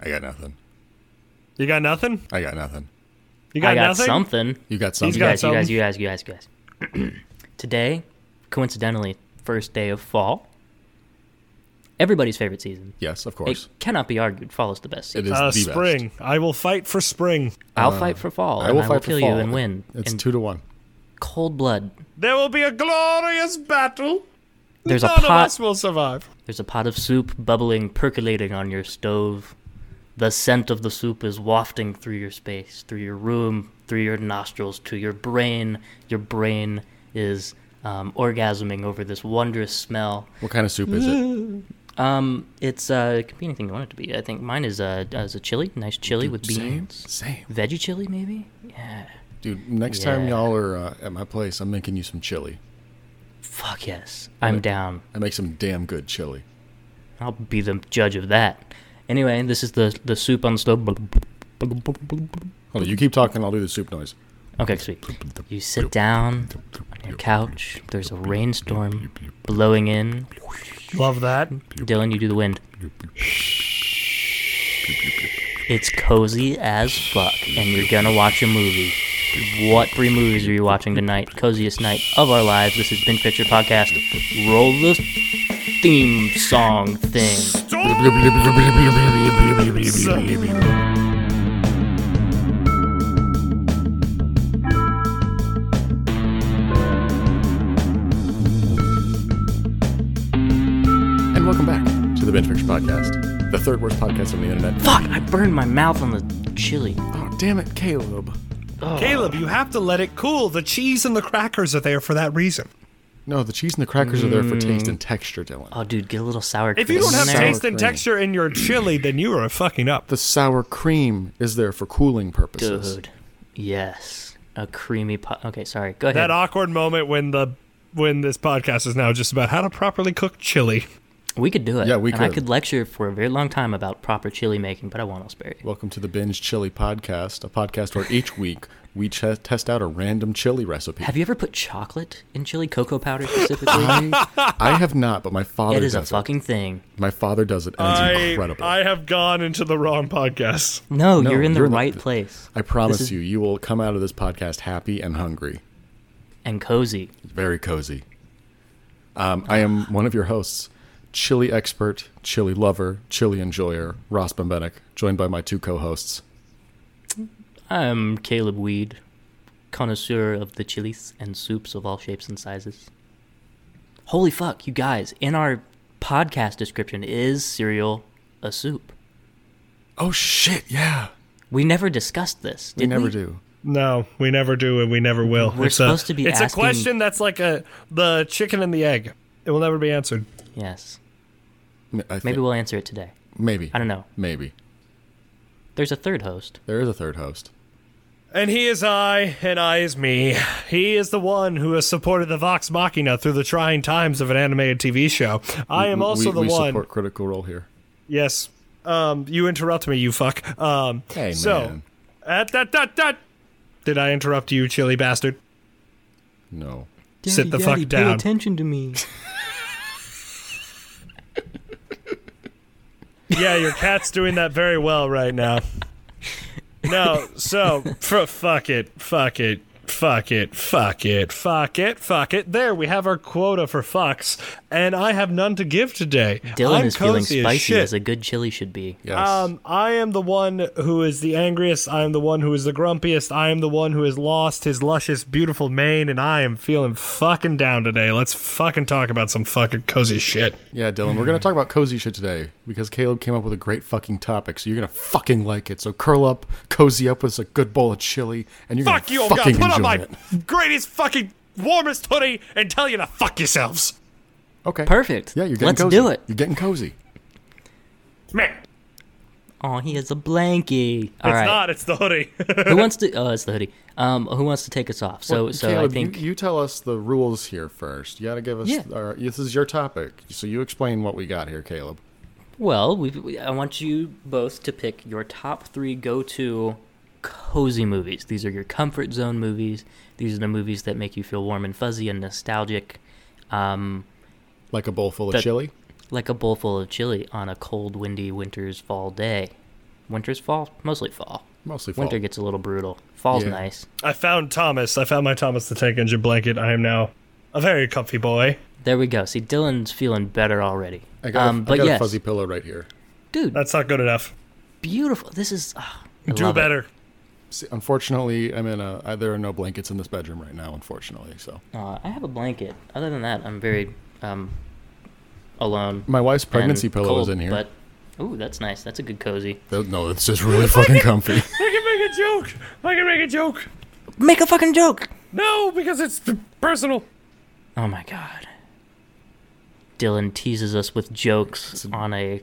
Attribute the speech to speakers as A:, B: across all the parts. A: I got nothing.
B: You got nothing?
A: I got nothing.
B: You got,
C: I got
B: nothing?
C: something.
A: You got
B: He's
A: something.
B: got
C: You guys, you guys,
B: something.
C: you guys, you guys, you guys. Today, coincidentally, first day of fall. Everybody's favorite season.
A: yes, of
C: It
A: course.
C: cannot be argued. Fall is the best
A: It
C: season.
A: is
B: Uh,
A: the
B: spring. I will fight for spring.
C: I'll fight for fall.
A: best. I will
C: and
A: fight
C: I will
A: for
C: kill
A: fall.
C: you and win.
A: It's
C: in
A: two to one.
C: cold blood.
B: There will be a glorious battle.
C: There's a
B: None of
C: pot.
B: us will survive.
C: There's a pot of soup bubbling, percolating on your stove. The scent of the soup is wafting through your space, through your room, through your nostrils, to your brain. Your brain is um, orgasming over this wondrous smell.
A: What kind of soup is it?
C: Um, it's uh, it could be anything you want it to be. I think mine is uh, is a chili, nice chili with beans,
A: Same, same.
C: veggie chili maybe. Yeah,
A: dude. Next time
C: Yeah.
A: y'all are uh, at my place, I'm making you some chili.
C: fuck yes, I'm down.
A: I make some damn good chili.
C: I'll be the judge of that. Anyway, this is the the soup on the stove.
A: Hold on, you keep talking. I'll do the soup noise.
C: Okay, sweet. You sit down on your couch. There's a rainstorm blowing in.
B: Love that.
C: Dylan, you do the wind. It's cozy as fuck, and you're gonna watch a movie. What three movies are you watching tonight? Coziest night of our lives. This has been Picture Podcast. Roll the theme song thing.
A: And welcome back to the Bench Picture Podcast, the third worst podcast on the internet.
C: Fuck! I burned my mouth on the chili.
A: Oh, damn it, Caleb.
B: Caleb, you have to let it cool. The cheese and the crackers are there for that reason.
A: No, the cheese and the crackers are there for taste and texture, Dylan.
C: Oh, dude, get a little sour.
B: If you
C: crisp
B: don't have
C: in there.
B: taste
A: cream.
B: and texture in your chili, then you are fucking up.
A: the sour cream is there for cooling purposes.
C: Dude, yes, a creamy pot. Okay, sorry. Go ahead.
B: That awkward moment when the when this podcast is now just about how to properly cook chili.
C: we could do it.
A: Yeah, we
C: And I
A: could.
C: could lecture for a very long time about proper chili making, but I won't. I'll spare you.
A: Welcome to the Binge Chili Podcast, a podcast where each week we ch- test out a random chili recipe.
C: Have you ever put chocolate in chili, cocoa powder specifically?
A: I, I have not, but my father
C: it is a
A: does
C: fucking thing.
A: it. My father does it, and it's incredible. I,
B: have gone into the wrong podcast.
C: No,
A: No,
C: you're in the
A: you're in the-
C: right place
A: promise
C: is-
A: you, you will come out of this podcast happy and hungry.
C: and cozy.
A: Very cozy. Um, I am one of your hosts, chili expert, chili lover, chili enjoyer, Ross Bembenek, joined by my two co-hosts.
C: I'm Caleb Weed, connoisseur of the chilies and soups of all shapes and sizes. Holy fuck, you guys! In our podcast description is cereal a soup.
A: Oh shit! Yeah,
C: We never discussed this.
A: we
C: did
A: never
C: we?
A: do.
B: No, we never do, and we never will.
C: We're
B: it's a,
C: supposed to be
B: It's
C: asking-
B: a question that's like a the chicken and the egg. It will never be answered.
C: Yes.
A: N- I
C: Maybe
A: think-
C: we'll answer it today.
A: maybe
C: I don't know.
A: Maybe
C: There's a third host.
A: there is a third host.
B: And he is I, and I is me. He is the one who has supported the Vox Machina through the trying times of an animated TV show. I am
A: We-
B: also
A: we,
B: the
A: we
B: one.
A: support Critical Role here.
B: Yes. Um, you interrupt me, you fuck. Um,
A: Hey,
B: so,
A: man.
B: At that, that, that. Did I interrupt you, chilly bastard?
A: No.
B: Sit the fuck down.
C: attention to me.
B: Yeah, your cat's doing that very well right now. No, so fr- fuck it, fuck it, fuck it, fuck it, fuck it, fuck it. There, we have our quota for fucks, and I have none to give today.
C: Dylan
B: I'm
C: is feeling
B: cozy as
C: spicy
B: shit.
C: as a good chili should be.
A: Yes.
B: Um, I am the one who is the angriest. I am the one who is the grumpiest. I am the one who has lost his luscious, beautiful mane, and I am feeling fucking down today. Let's fucking talk about some fucking cozy shit.
A: yeah, Dylan, we're going to talk about cozy shit today because Caleb came up with a great fucking topic, so you're going to fucking like it. So curl up, cozy up with a good bowl of chili, and you're
B: Fuck
A: gonna
B: you, oh god!
A: fucking
B: Put on
A: enjoy
B: my
A: it.
B: greatest fucking warmest hoodie and tell you to fuck yourselves.
A: Okay.
C: Perfect.
A: Yeah, you're getting
C: Let's
A: cozy.
C: do it.
A: You're getting cozy.
B: Man,
C: Oh, he has a blankie. All
B: it's
C: right.
B: not. It's the hoodie.
C: who wants to? Oh, it's the hoodie. Um, who wants to take us off? So,
A: Well,
C: so
A: Caleb,
C: I think
A: you, you tell us the rules here first. You got to give us.
C: Yeah.
A: Our, this is your topic, so you explain what we got here, Caleb.
C: Well, we, we, I want you both to pick your top three go-to cozy movies. These are your comfort zone movies. These are the movies that make you feel warm and fuzzy and nostalgic, um,
A: Like a bowl full of
C: That-
A: chili.
C: like a bowl full of chili on a cold, windy winter's fall day. Winter's fall, mostly fall.
A: Mostly fall.
C: Winter gets a little brutal. Fall's
A: Yeah.
C: nice.
B: I found Thomas. I found my Thomas the Tank Engine blanket. I am now a very comfy boy.
C: There we go. See, Dylan's feeling better already.
A: I got, a-
C: um,
A: I
C: but
A: got
C: yes,
A: a fuzzy pillow right here.
C: dude,
B: That's not good enough.
C: beautiful. This is ah, I
B: Do
C: love it.
B: better.
A: See, unfortunately, I'm in a. I, there are no blankets in this bedroom right now. Unfortunately, so
C: Uh, I have a blanket. Other than that, I'm very um, alone.
A: my wife's pregnancy
C: and
A: pillow is
C: cold,
A: in here.
C: But ooh, that's nice. That's a good cozy.
A: Th- no, it's just really fucking comfy.
B: I can make a joke. I can make a joke.
C: Make a fucking joke.
B: No, because it's personal.
C: Oh my god. Dylan teases us with jokes on a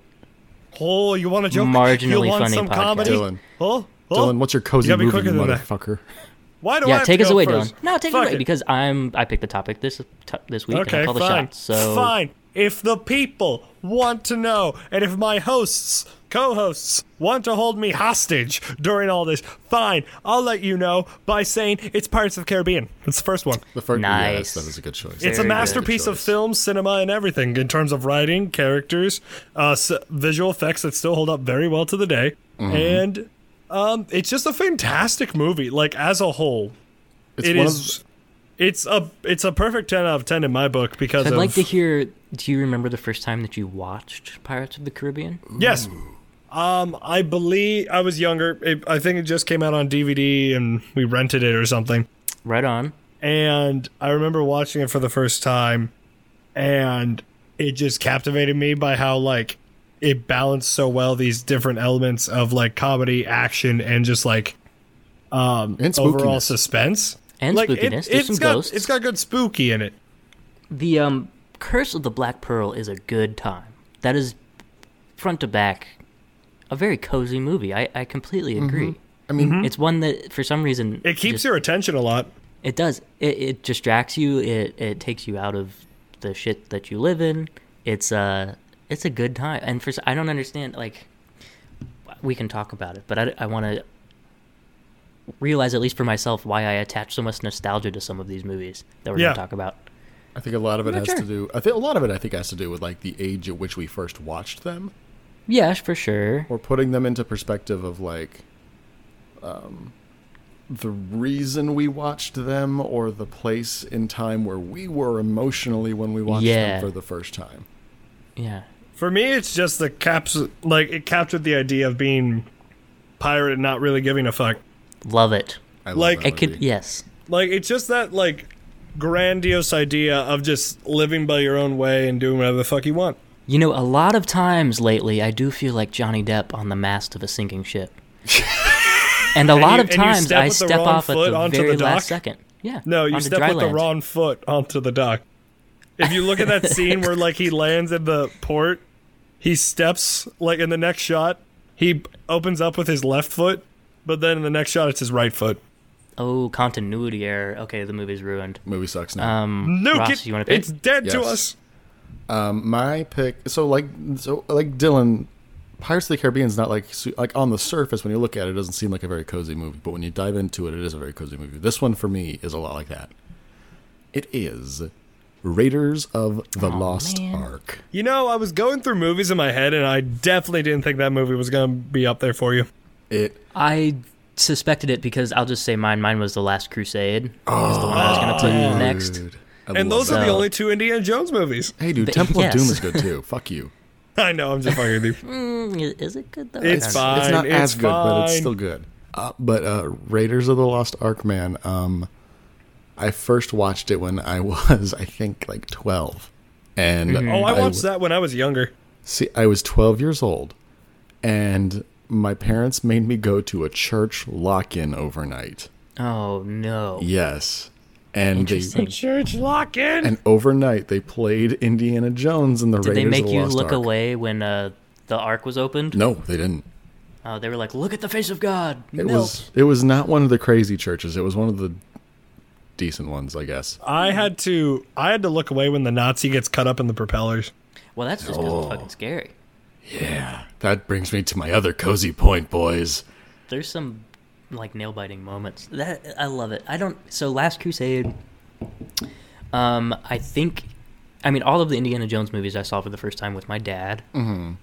B: Oh, you want a joke?
C: Marginally
B: you want
C: funny
B: some
C: podcast.
B: comedy?
A: Dylan,
B: Oh, oh.
A: Dylan, what's your cozy
B: You gotta be
A: movie,
B: quicker
A: you
B: than that.
A: motherfucker?
B: Why do I
C: yeah.
B: have
C: Take
B: to
C: us
B: go
C: away,
B: first?
C: Dylan. No, take
B: Fuck
C: it away
B: it.
C: because I'm I picked the topic this t- this week and
B: Okay,
C: I call the
B: fine.
C: shot. So
B: Fine. If the people want to know, and if my hosts, co hosts, want to hold me hostage during all this, fine. I'll let you know by saying it's Pirates of the Caribbean. It's the first one.
A: The first, yeah, that's-
C: Nice.
A: that is a good choice.
B: It's a
C: Very good
B: masterpiece of
A: choice.
B: film, cinema, and everything in terms of writing, characters, uh, s- visual effects that still hold up very well to the day,
C: Mm-hmm.
B: and um, it's just a fantastic movie. Like as a whole,
A: It's
B: it
A: one
B: is.
A: Of,
B: It's a it's a perfect ten out of ten in my book because
C: I'd
B: of,
C: like to hear. Do you remember the first time that you watched Pirates of the Caribbean?
B: Yes. Um, I believe I was younger. It, I think it just came out on DVD and we rented it or something.
C: Right on.
B: And I remember watching it for the first time and it just captivated me by how like it balanced so well these different elements of like comedy, action and just like um
A: And
B: overall
A: spookiness.
B: suspense.
C: And
B: like it,
C: spookiness.
B: has
C: There's some
B: got
C: ghosts.
B: it's got good spooky in it.
C: The um, Curse of the Black Pearl is a good time. That is front to back a very cozy movie. I, I completely agree.
A: I
B: Mm-hmm.
A: mean,
C: It's one that for some reason
B: It keeps
C: just-
B: your attention a lot.
C: It does. It, it distracts you. It it takes you out of the shit that you live in. It's a it's a good time. And for s- I don't understand like we can talk about it, but I I want to realize at least for myself why I attach so much nostalgia to some of these movies that we're
B: Yeah.
C: going to talk about.
A: I think a lot of it
C: not
A: has
C: sure.
A: to do. I think a lot of it, I think, has to do with like the age at which we first watched them,
C: Yeah, for sure.
A: or putting them into perspective of like, um, the reason we watched them, or the place in time where we were emotionally when we watched
C: Yeah.
A: them for the first time.
C: Yeah.
B: For me, it's just the caps. Like it captured the idea of being pirate and not really giving a fuck.
C: Love it.
A: I love
B: Like,
A: that
C: I could
A: movie.
C: yes.
B: Like it's just that like grandiose idea of just living by your own way and doing whatever the fuck you want.
C: You know, a lot of times lately, I do feel like Johnny Depp on the mast of a sinking ship. and a lot
B: you-
C: of
B: and you
C: times,
B: step
C: I
B: with the
C: step
B: wrong
C: off at
B: foot
C: the
B: onto the
C: very
B: dock?
C: last second. Yeah.
B: No, you
C: onto
B: step
C: dry
B: with the
C: land.
B: wrong foot onto the dock. If you look at that scene where like he lands in the port, he steps like in the next shot, he opens up with his left foot, but then in the next shot it's his right foot.
C: Oh, continuity error. Okay, the movie's ruined.
A: movie sucks now.
C: Um,
B: Nuke
C: Ross,
B: it.
C: you want to pick?
B: It's dead to
A: Yes.
B: us.
A: Um, my pick so like so like dylan pirates of the caribbean's not like su- like on the surface when you look at it it doesn't seem like a very cozy movie but when you dive into it it is a very cozy movie this one for me is a lot like that it is raiders of the lost
C: man.
A: ark
B: You know, I was going through movies in my head, and I definitely didn't think that movie was going to be up there for you.
A: it
C: I suspected it because I'll just say mine. Mine was The Last Crusade. was the one I was going to put
B: Oh,
C: next.
A: dude, I
B: And
A: love
B: those are
A: that.
B: the only two Indiana Jones movies.
A: hey dude
C: But-
A: temple
C: yes.
A: of doom is good too fuck you
B: I know, I'm just fucking with you.
C: Mm, is it good though? I
B: It's
C: don't know.
B: fine.
A: it's not as good, but it's
B: fine.
A: still good. Uh, but uh, Raiders of the Lost Ark, man. Um, I first watched it when I was, I think, like twelve, and
B: Oh, I watched
A: w-
B: that when I was younger.
A: See, I was twelve years old, and my parents made me go to a church lock-in overnight.
C: Oh no.
A: Yes, and they
C: Interesting.
B: Church lock in.
A: and overnight they played Indiana Jones and the
C: Did
A: Raiders
C: they make
A: of the
C: you
A: Lost
C: look
A: Ark.
C: away when uh, the Ark was opened?
A: No, they didn't.
C: Oh, they were like, "Look at the face of God."
A: It
C: Melt.
A: was it was not one of the crazy churches. It was one of the decent ones, I guess.
B: I had to, I had to look away when the Nazi gets cut up in the propellers.
C: Well, that's just because
A: Oh.
C: it's fucking scary.
A: Yeah, that brings me to my other cozy point, boys.
C: There's some like nail biting moments. That I love it. I don't. So Last Crusade. Um, I think, I mean, all of the Indiana Jones movies I saw for the first time with my dad. Mm-hmm.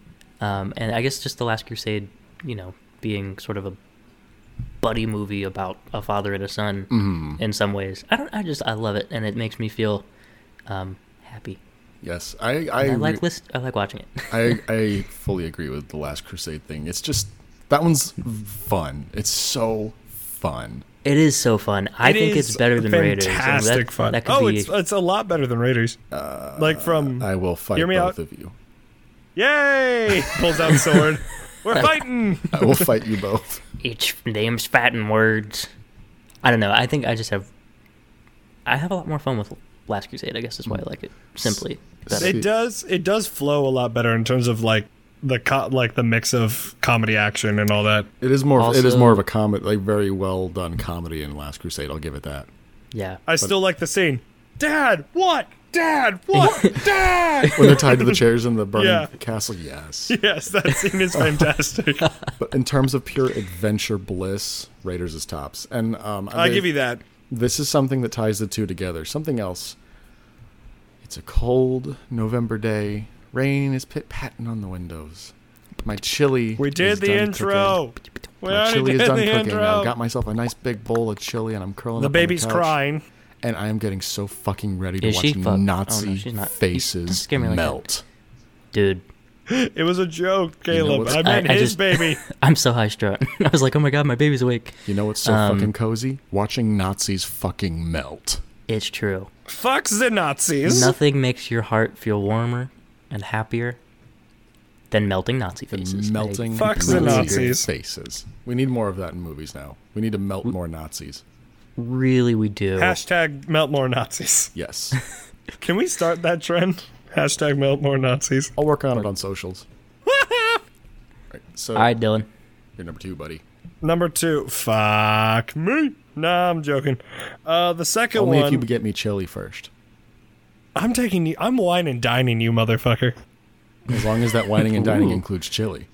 C: Um, and I guess just the Last Crusade, you know, being sort of a buddy movie about a father and a son
A: Mm.
C: in some ways. I don't. I just I love it, and it makes me feel um, happy.
A: Yes, I
C: And
A: I,
C: I,
A: re-
C: like list. I like watching it.
A: I I fully agree with the Last Crusade thing. It's just that one's fun. It's so fun.
C: It is so fun. I
B: It
C: think it's
B: is
C: better than Raiders. and
B: Fantastic
C: that,
B: fun.
C: That could
B: oh,
C: be,
B: it's it's a lot better than Raiders.
A: Uh,
B: Like from-
A: I will fight
B: Hear
A: both
B: me out.
A: of you.
B: Yay! Pulls out sword. We're fighting.
A: I will fight you both.
C: each name's fat in words. I don't know. I think I just have. I have a lot more fun with Last Crusade. I guess is why I like it. Simply, better.
A: See.
B: It does it does flow a lot better in terms of like the co- like the mix of comedy action and all that.
A: It is more. it is
C: Also-
A: more of a comedy, like very well done comedy in Last Crusade. I'll give it that.
C: yeah.
B: I still like the scene. Dad, what? Dad, what? Dad.
A: When they're tied to the chairs in the burning
B: Yeah.
A: castle, yes.
B: yes, that scene is fantastic.
A: But in terms of pure adventure bliss, Raiders is tops. And um,
B: I
A: they-
B: give you that.
A: This is something that ties the two together. Something else. It's a cold November day. Rain is pit patting on the windows. My chili.
B: We
A: is
B: did the
A: done
B: intro. We
A: Cooking. My
B: already
A: chili
B: did
A: is done
B: the
A: cooking. I've
B: intro.
A: got myself a nice big bowl of chili, and I'm curling.
B: The
A: up
B: baby's
A: on the couch,
B: crying.
A: and I am getting so fucking ready to
C: Is she
A: watch
C: fuck- oh, no,
A: Nazi
C: she's not. You- don't
A: faces
C: scare me like that.
A: melt.
C: Dude,
B: It was a joke,
A: You know
B: Caleb.
A: what's-
B: I meant
C: I- I
B: his
C: just-
B: baby.
C: I'm so high strung. I was like, oh my god, my baby's awake.
A: You know what's so
C: Um,
A: fucking cozy? Watching Nazis fucking melt.
C: It's true.
B: Fuck the Nazis.
C: Nothing makes your heart feel warmer and happier than melting Nazi
A: The
C: faces.
A: melting
B: Fuck the Nazis.
A: faces. We need more of that in movies now. We need to melt more Nazis.
C: I, really, we do.
B: Hashtag melt more Nazis.
A: Yes.
B: Can we start that trend? Hashtag melt more Nazis.
A: I'll work on it on socials. Right, so
C: All right, Dylan.
A: you're number two, buddy.
B: Number two. Fuck me. Nah, I'm joking. Uh, the second
A: Only
B: one.
A: if you get me chili first.
B: I'm taking you. I'm wine and dining you, motherfucker.
A: As long as that whining and dining
C: Ooh.
A: includes chili.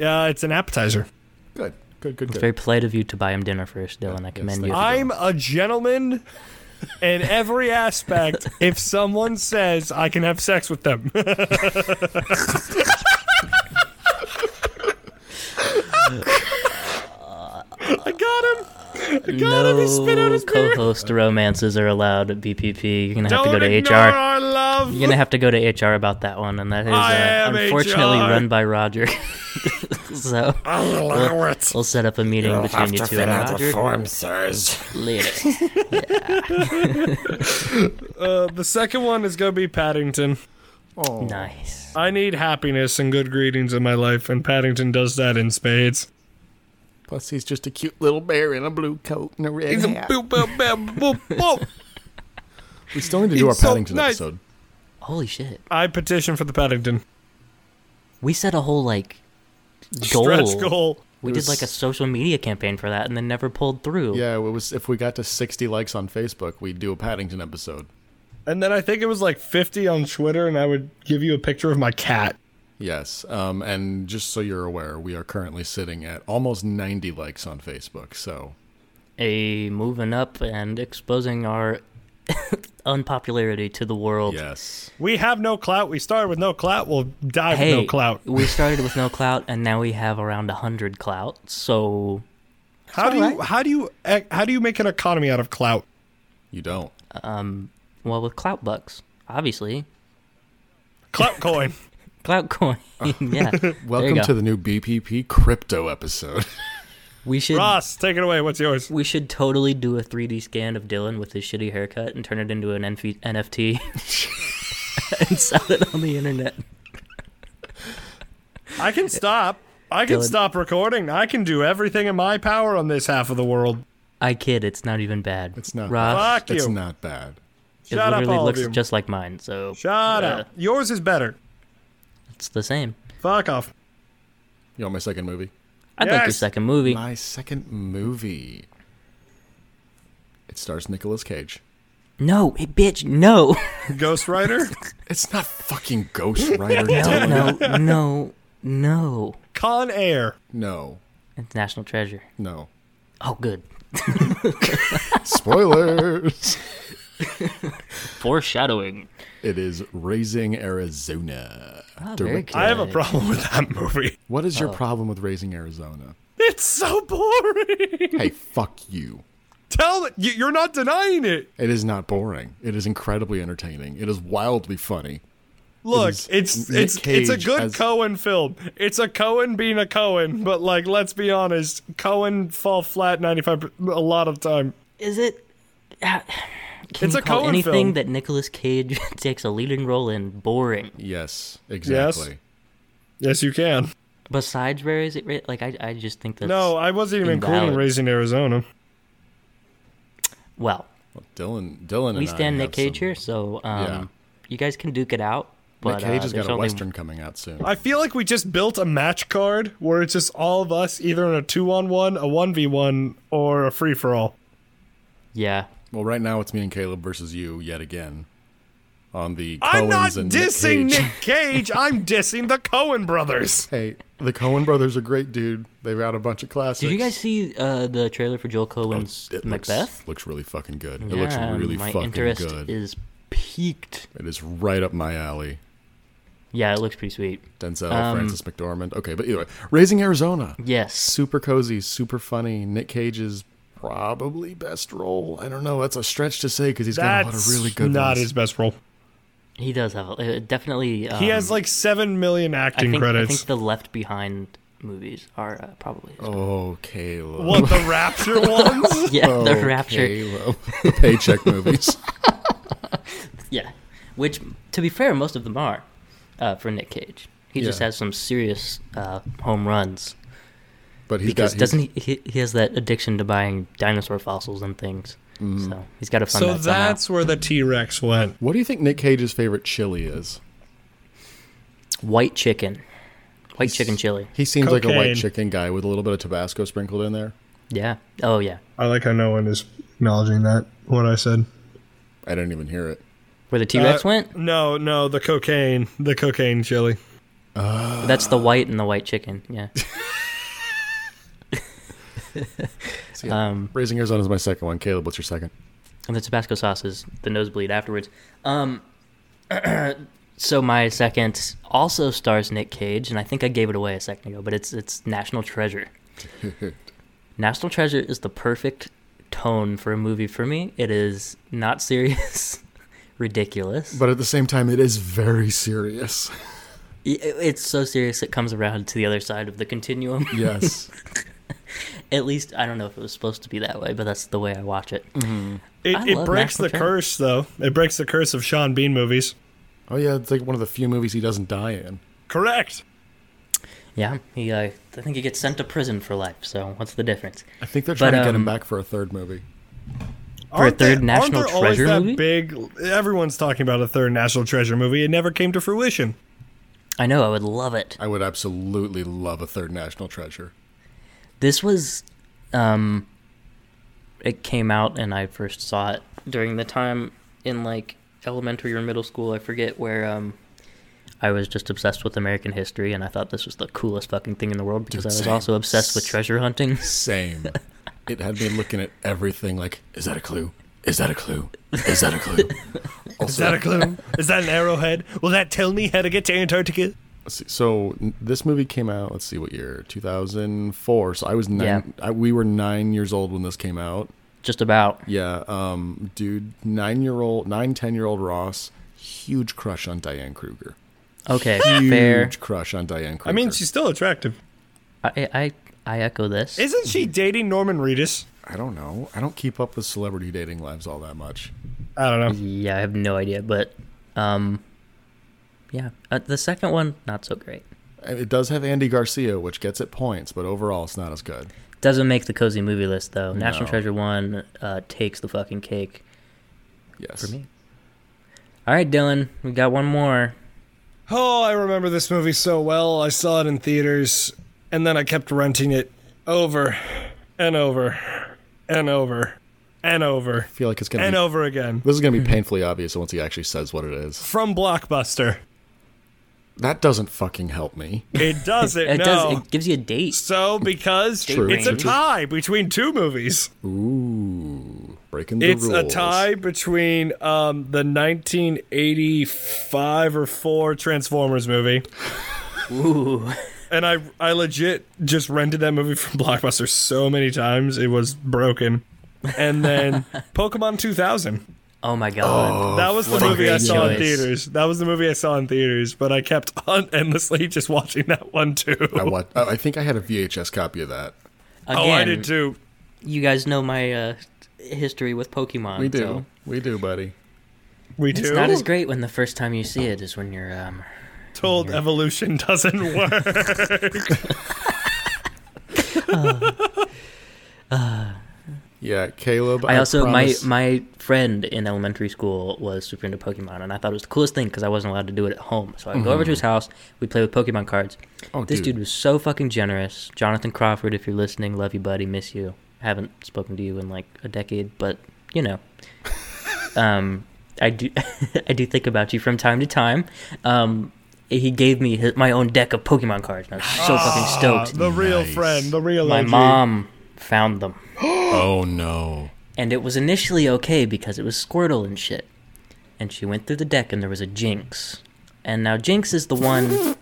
B: Uh, it's an appetizer.
A: Good. Good. Good.
C: It's
A: Good.
C: very polite of you to buy him dinner first, Dylan. I commend
A: thank
C: you.
A: you.
B: I'm a gentleman in every aspect. if someone says I can have sex with them, I got him. God, he spit out
C: no
B: his beer.
C: co-host romances are allowed at BPP. You're gonna have
B: Don't
C: to go to
B: ignore
C: HR.
B: our love.
C: You're gonna have to go to HR about that one, and that is
B: I
C: uh,
B: am
C: unfortunately
B: HR.
C: run by Roger. so
B: I'll allow it.
C: we'll set up a meeting between you two and Roger
A: sirs.
C: later.
B: Uh, the second one is gonna be Paddington.
A: Oh.
C: nice.
B: I need happiness and good greetings in my life, and Paddington does that in spades.
A: Plus, he's just a cute little bear in a blue coat and a red
B: He's a
A: hat.
B: boop, boop, boop, boop, boop.
A: We still need to do our
B: He's so
A: Paddington
B: nice.
A: episode.
C: Holy shit!
B: I petition for the Paddington
C: We set a whole like goal.
B: stretch goal.
C: We
A: It
C: did
A: was-
C: like a social media campaign for that, and then never pulled through.
A: Yeah, it was if we got to 60 likes on Facebook, we'd do a Paddington episode.
B: And then I think it was like 50 on Twitter, and I would give you a picture of my cat.
A: Yes. Um, and just so you're aware, we are currently sitting at almost 90 likes on Facebook. So
C: A moving up and exposing our unpopularity to the world.
A: yes,
B: We have no clout. We started with no clout. We'll die
C: Hey,
B: with no clout.
C: we started with no clout, and now we have around hundred clout. So
B: How do you how do you ec- how do you make an economy out of clout?
A: you don't.
C: Um, well, with Clout Bucks, obviously.
B: Clout coin.
C: Clout Coin, yeah.
A: Welcome
C: go.
A: to the new BPP crypto episode.
C: We should
B: Ross, take it away. What's yours?
C: we should totally do a 3D scan of Dylan with his shitty haircut and turn it into an NF- NFT and sell it on the internet.
B: I can stop. I can
C: Dylan.
B: stop recording. I can do everything in my power on this half of the world.
C: I kid, it's not even bad.
A: It's not.
C: Ross,
A: bad.
B: Fuck
A: It's
B: you.
A: not bad.
C: Ah, it
B: Shut up,
C: literally
B: all of
C: looks
B: you.
C: just like mine, so
B: Shut
C: Yeah.
B: up. Yours is better.
C: it's the same.
B: Fuck off.
A: You want my second movie?
C: I'd like your
B: Yes.
C: second movie.
A: My second movie. It stars Nicolas Cage.
C: No, hey, bitch, no,
B: Ghost Rider,
A: It's not fucking Ghost Rider. Dylan.
C: no, no, no.
B: Con Air.
A: No,
C: It's National Treasure.
A: no.
C: Oh, good.
A: Spoilers.
C: Foreshadowing.
A: it is Raising Arizona.
C: Ah, very
A: Directed.
C: good. Oh.
B: I have a
C: Good.
B: problem with that movie.
A: What is your problem with Raising Arizona?
B: It's so boring.
A: hey, fuck you.
B: Tell it. You're not denying it.
A: It is not boring. It is incredibly entertaining. It is wildly funny.
B: Look,
A: is
B: it's
A: Nick
B: it's it's a
A: Cage
B: good
A: as-
B: Cohen film. It's a Cohen being a Cohen, but like let's be honest, Cohen fall flat 95 a lot of time.
C: Is it? uh, Can
B: It's
C: you
B: a
C: call
B: Cohen
C: anything
B: film.
C: that Nicolas Cage takes a leading role in boring?
A: Yes, exactly.
B: Yes, you can.
C: Besides, where is it? ra- Like, I, I just think that's
B: no, uh, I wasn't even including
C: invalid.
B: Raising Arizona.
C: Well,
A: Well, Dylan, Dylan, and
C: we
A: I
C: stand Nick
A: have
C: Cage
A: some-
C: here, so um,
A: Yeah.
C: you guys can duke it out. But
A: Nick Cage
C: uh,
A: has
C: there's
A: got a
C: only-
A: western coming out soon.
B: I feel like we just built a match card where it's just all of us either in a 2 on 1, a 1v1 or a free for all.
C: Yeah,
A: Well, right now it's me and Caleb versus you yet again on the Coens
B: I'm not
A: and
B: dissing
A: Nick Cage.
B: Nick Cage. I'm dissing the Cohen brothers.
A: Hey, the Cohen brothers are great, dude. They've got a bunch of classics.
C: did you guys see uh, the trailer for Joel Cohen's
A: Oh, It looks-
C: Macbeth?
A: Looks, really fucking good. it looks really
C: my
A: fucking
C: interest
A: good.
C: is peaked.
A: it is right up my alley.
C: Yeah, it looks pretty sweet.
A: Denzel,
C: Um,
A: Francis McDormand. Okay, but anyway, Raising Arizona.
C: Yes,
A: Super cozy, super funny. Nick Cage's probably best role. I don't know. That's a stretch to say because he's got a lot
B: That's
A: of really good
B: not
A: ones.
B: his best role.
C: he does have a, uh, definitely. Um,
B: He has like 7 million
C: I
B: acting
C: think,
B: credits.
C: I think the Left Behind movies are uh, probably. his
A: oh, Caleb.
B: What the Rapture ones?
C: Yeah,
A: Oh,
C: the Rapture.
A: Caleb. the paycheck movies.
C: Yeah, which to be fair, most of them are uh, for Nick Cage. He just
A: Yeah.
C: has some serious uh, home runs
A: But he's
C: because
A: got, he's-
C: doesn't he, he? He has that addiction to buying dinosaur fossils and things.
A: Mm-hmm.
C: So he's got to fund
B: So
C: that somehow.
B: that's where the T Rex went.
A: What do you think Nick Cage's favorite chili is?
C: white chicken, white chicken chili.
A: He seems like a white
B: Cocaine.
A: chicken guy with a little bit of Tabasco sprinkled in there.
C: Yeah. Oh yeah.
B: I like how no one is acknowledging that, what I said.
A: I didn't even hear it.
C: Where the T Rex
B: Uh,
C: went?
B: No, no, the cocaine. The cocaine chili. uh,
C: That's the white and the white chicken. Yeah.
A: So, yeah.
C: Um,
A: Raising Arizona is my second one. Caleb, what's your second?
C: and the Tabasco sauce is the nosebleed afterwards. Um, so my second also stars Nick Cage, and I think I gave it away a second ago, but it's it's National Treasure. National Treasure is the perfect tone for a movie for me. It is not serious, ridiculous.
A: But at the same time, it is very serious.
C: I- It's so serious it comes around to the other side of the continuum.
A: Yes.
C: At least I don't know if it was supposed to be that way, but that's the way I watch it.
B: It,
C: I
B: it
C: love
B: breaks
C: National
B: the
C: Treasure.
B: curse, though. It breaks the curse of Sean Bean movies.
A: oh, yeah, it's like one of the few movies he doesn't die in.
B: Correct.
C: Yeah, he. Uh, I think he gets sent to prison for life. So what's the difference?
A: I think they're
C: But,
A: trying to get him
C: um,
A: back for a third movie.
B: For
C: a third National
B: aren't there always
C: Treasure
B: that
C: movie?
B: Big. Everyone's talking about a third National Treasure movie. It never came to fruition.
C: I know. I would love it.
A: I would absolutely love a third National Treasure.
C: This was, um, it came out and I first saw it during the time in like elementary or middle school. I forget where. Um, I was just obsessed with American history, and I thought this was the coolest fucking thing in the world because
A: Dude,
C: I was
A: same.
C: also obsessed with treasure hunting.
A: Same. it had me looking at everything like, is that a clue? Is that a clue? Is that a clue? Also,
B: Is that a clue? Is that an arrowhead? Will that tell me how to get to Antarctica?
A: Let's see. So n- this movie came out. Let's see what year. Two thousand four. So I was nine.
C: Yeah.
A: I, we were nine years old when this came out.
C: Just about.
A: Yeah. Um. Dude, nine year old, nine ten year old Ross, huge crush on Diane Kruger.
C: Okay,
A: Huge
C: fair.
A: crush on Diane Kruger.
B: I mean, she's still attractive.
C: I, I I echo this.
B: Isn't she dating Norman Reedus?
A: I don't know. I don't keep up with celebrity dating lives all that much.
B: I don't know.
C: Yeah, I have no idea, but um, yeah, uh, the second one not so great.
A: And It does have Andy Garcia, which gets it points, but overall, it's not as good.
C: Doesn't make the cozy movie list though. National
A: No.
C: Treasure one uh, takes the fucking cake
A: Yes.
C: for me. All right, Dylan, we got one more.
B: Oh, I remember this movie so well. I saw it in theaters, and then I kept renting it over and over and over and over
A: I feel like it's gonna.
B: and oh.
A: be,
B: over again.
A: this is gonna be painfully obvious once he actually says what it is.
B: From Blockbuster.
A: That doesn't fucking help me.
B: It doesn't,
C: It
B: no.
C: does. It gives you a date.
B: so, because
C: True.
B: it's a
C: True.
B: tie between two movies.
A: Ooh, breaking the
B: It's
A: rules.
B: a tie between um, the 1985 or 4 Transformers movie
C: Ooh,
B: and I I legit just rented that movie from Blockbuster so many times it was broken. And then Pokemon 2000.
C: Oh my god.
B: That was the
C: what a
B: movie I
C: great
B: saw in
C: choice.
B: theaters. That was the movie I saw in theaters, but I kept on endlessly just watching that one too.
A: I watched, I think I had a VHS copy of that.
C: Again,
B: Oh, I did too.
C: you guys know my uh, history with Pokemon.
A: We do,
C: so
A: we do, buddy.
B: We
C: It's
B: do.
C: not as great when the first time you see it is when you're um
B: told evolution doesn't work.
A: Yeah, Caleb.
C: I, also
A: promise-
C: my my friend in elementary school was super into Pokemon, and I thought it was the coolest thing because I wasn't allowed to do it at home. So I would go over to his house, we play with Pokemon cards.
A: Oh,
C: this
A: dude.
C: dude. was so fucking generous. Jonathan Crawford, if you're listening, love you, buddy, miss you. haven't spoken to you in like a decade, but you know, um, I do I do think about you from time to time. Um, he gave me his, my own deck of Pokemon cards, and I was so fucking
B: Ah,
C: stoked.
B: the real
A: Nice.
B: friend, the real
C: My
B: OG.
C: mom found them.
A: Oh no.
C: And it was initially okay because it was Squirtle and shit. And she went through the deck and there was a Jinx. And now Jinx is the one